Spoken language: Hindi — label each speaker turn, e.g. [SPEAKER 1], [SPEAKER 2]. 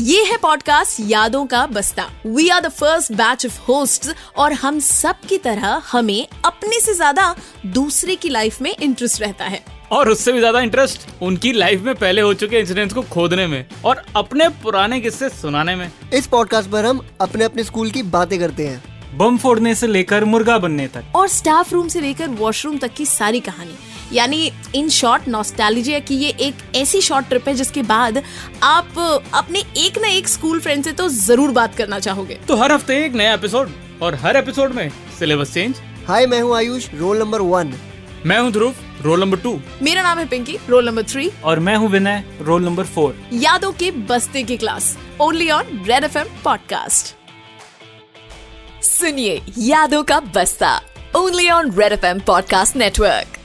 [SPEAKER 1] ये है पॉडकास्ट यादों का बस्ता we are the first batch of host और हम सब की तरह हमें अपने से ज्यादा दूसरे की लाइफ में इंटरेस्ट रहता है
[SPEAKER 2] और उससे भी ज्यादा इंटरेस्ट उनकी लाइफ में पहले हो चुके इंसिडेंट्स को खोदने में और अपने पुराने किस्से सुनाने में
[SPEAKER 3] इस पॉडकास्ट पर हम अपने अपने स्कूल की बातें करते हैं
[SPEAKER 4] बम फोड़ने से लेकर मुर्गा बनने तक
[SPEAKER 1] और स्टाफ रूम से लेकर वॉशरूम तक की सारी कहानी यानी इन शॉर्ट नॉस्टैलिजिया की ये एक ऐसी शॉर्ट ट्रिप है जिसके बाद आप अपने एक ना एक स्कूल फ्रेंड से तो जरूर बात करना चाहोगे
[SPEAKER 2] तो हर हफ्ते एक नया एपिसोड और हर एपिसोड में सिलेबस चेंज
[SPEAKER 3] हाय मैं हूँ आयुष रोल नंबर वन
[SPEAKER 2] मैं हूँ ध्रुव रोल नंबर टू
[SPEAKER 1] मेरा नाम है पिंकी रोल नंबर थ्री
[SPEAKER 4] और मैं हूँ विनय रोल नंबर फोर
[SPEAKER 1] यादों के बस्ते की class only on Red F podcast सुनिए यादों का बस्ता only on Red F podcast network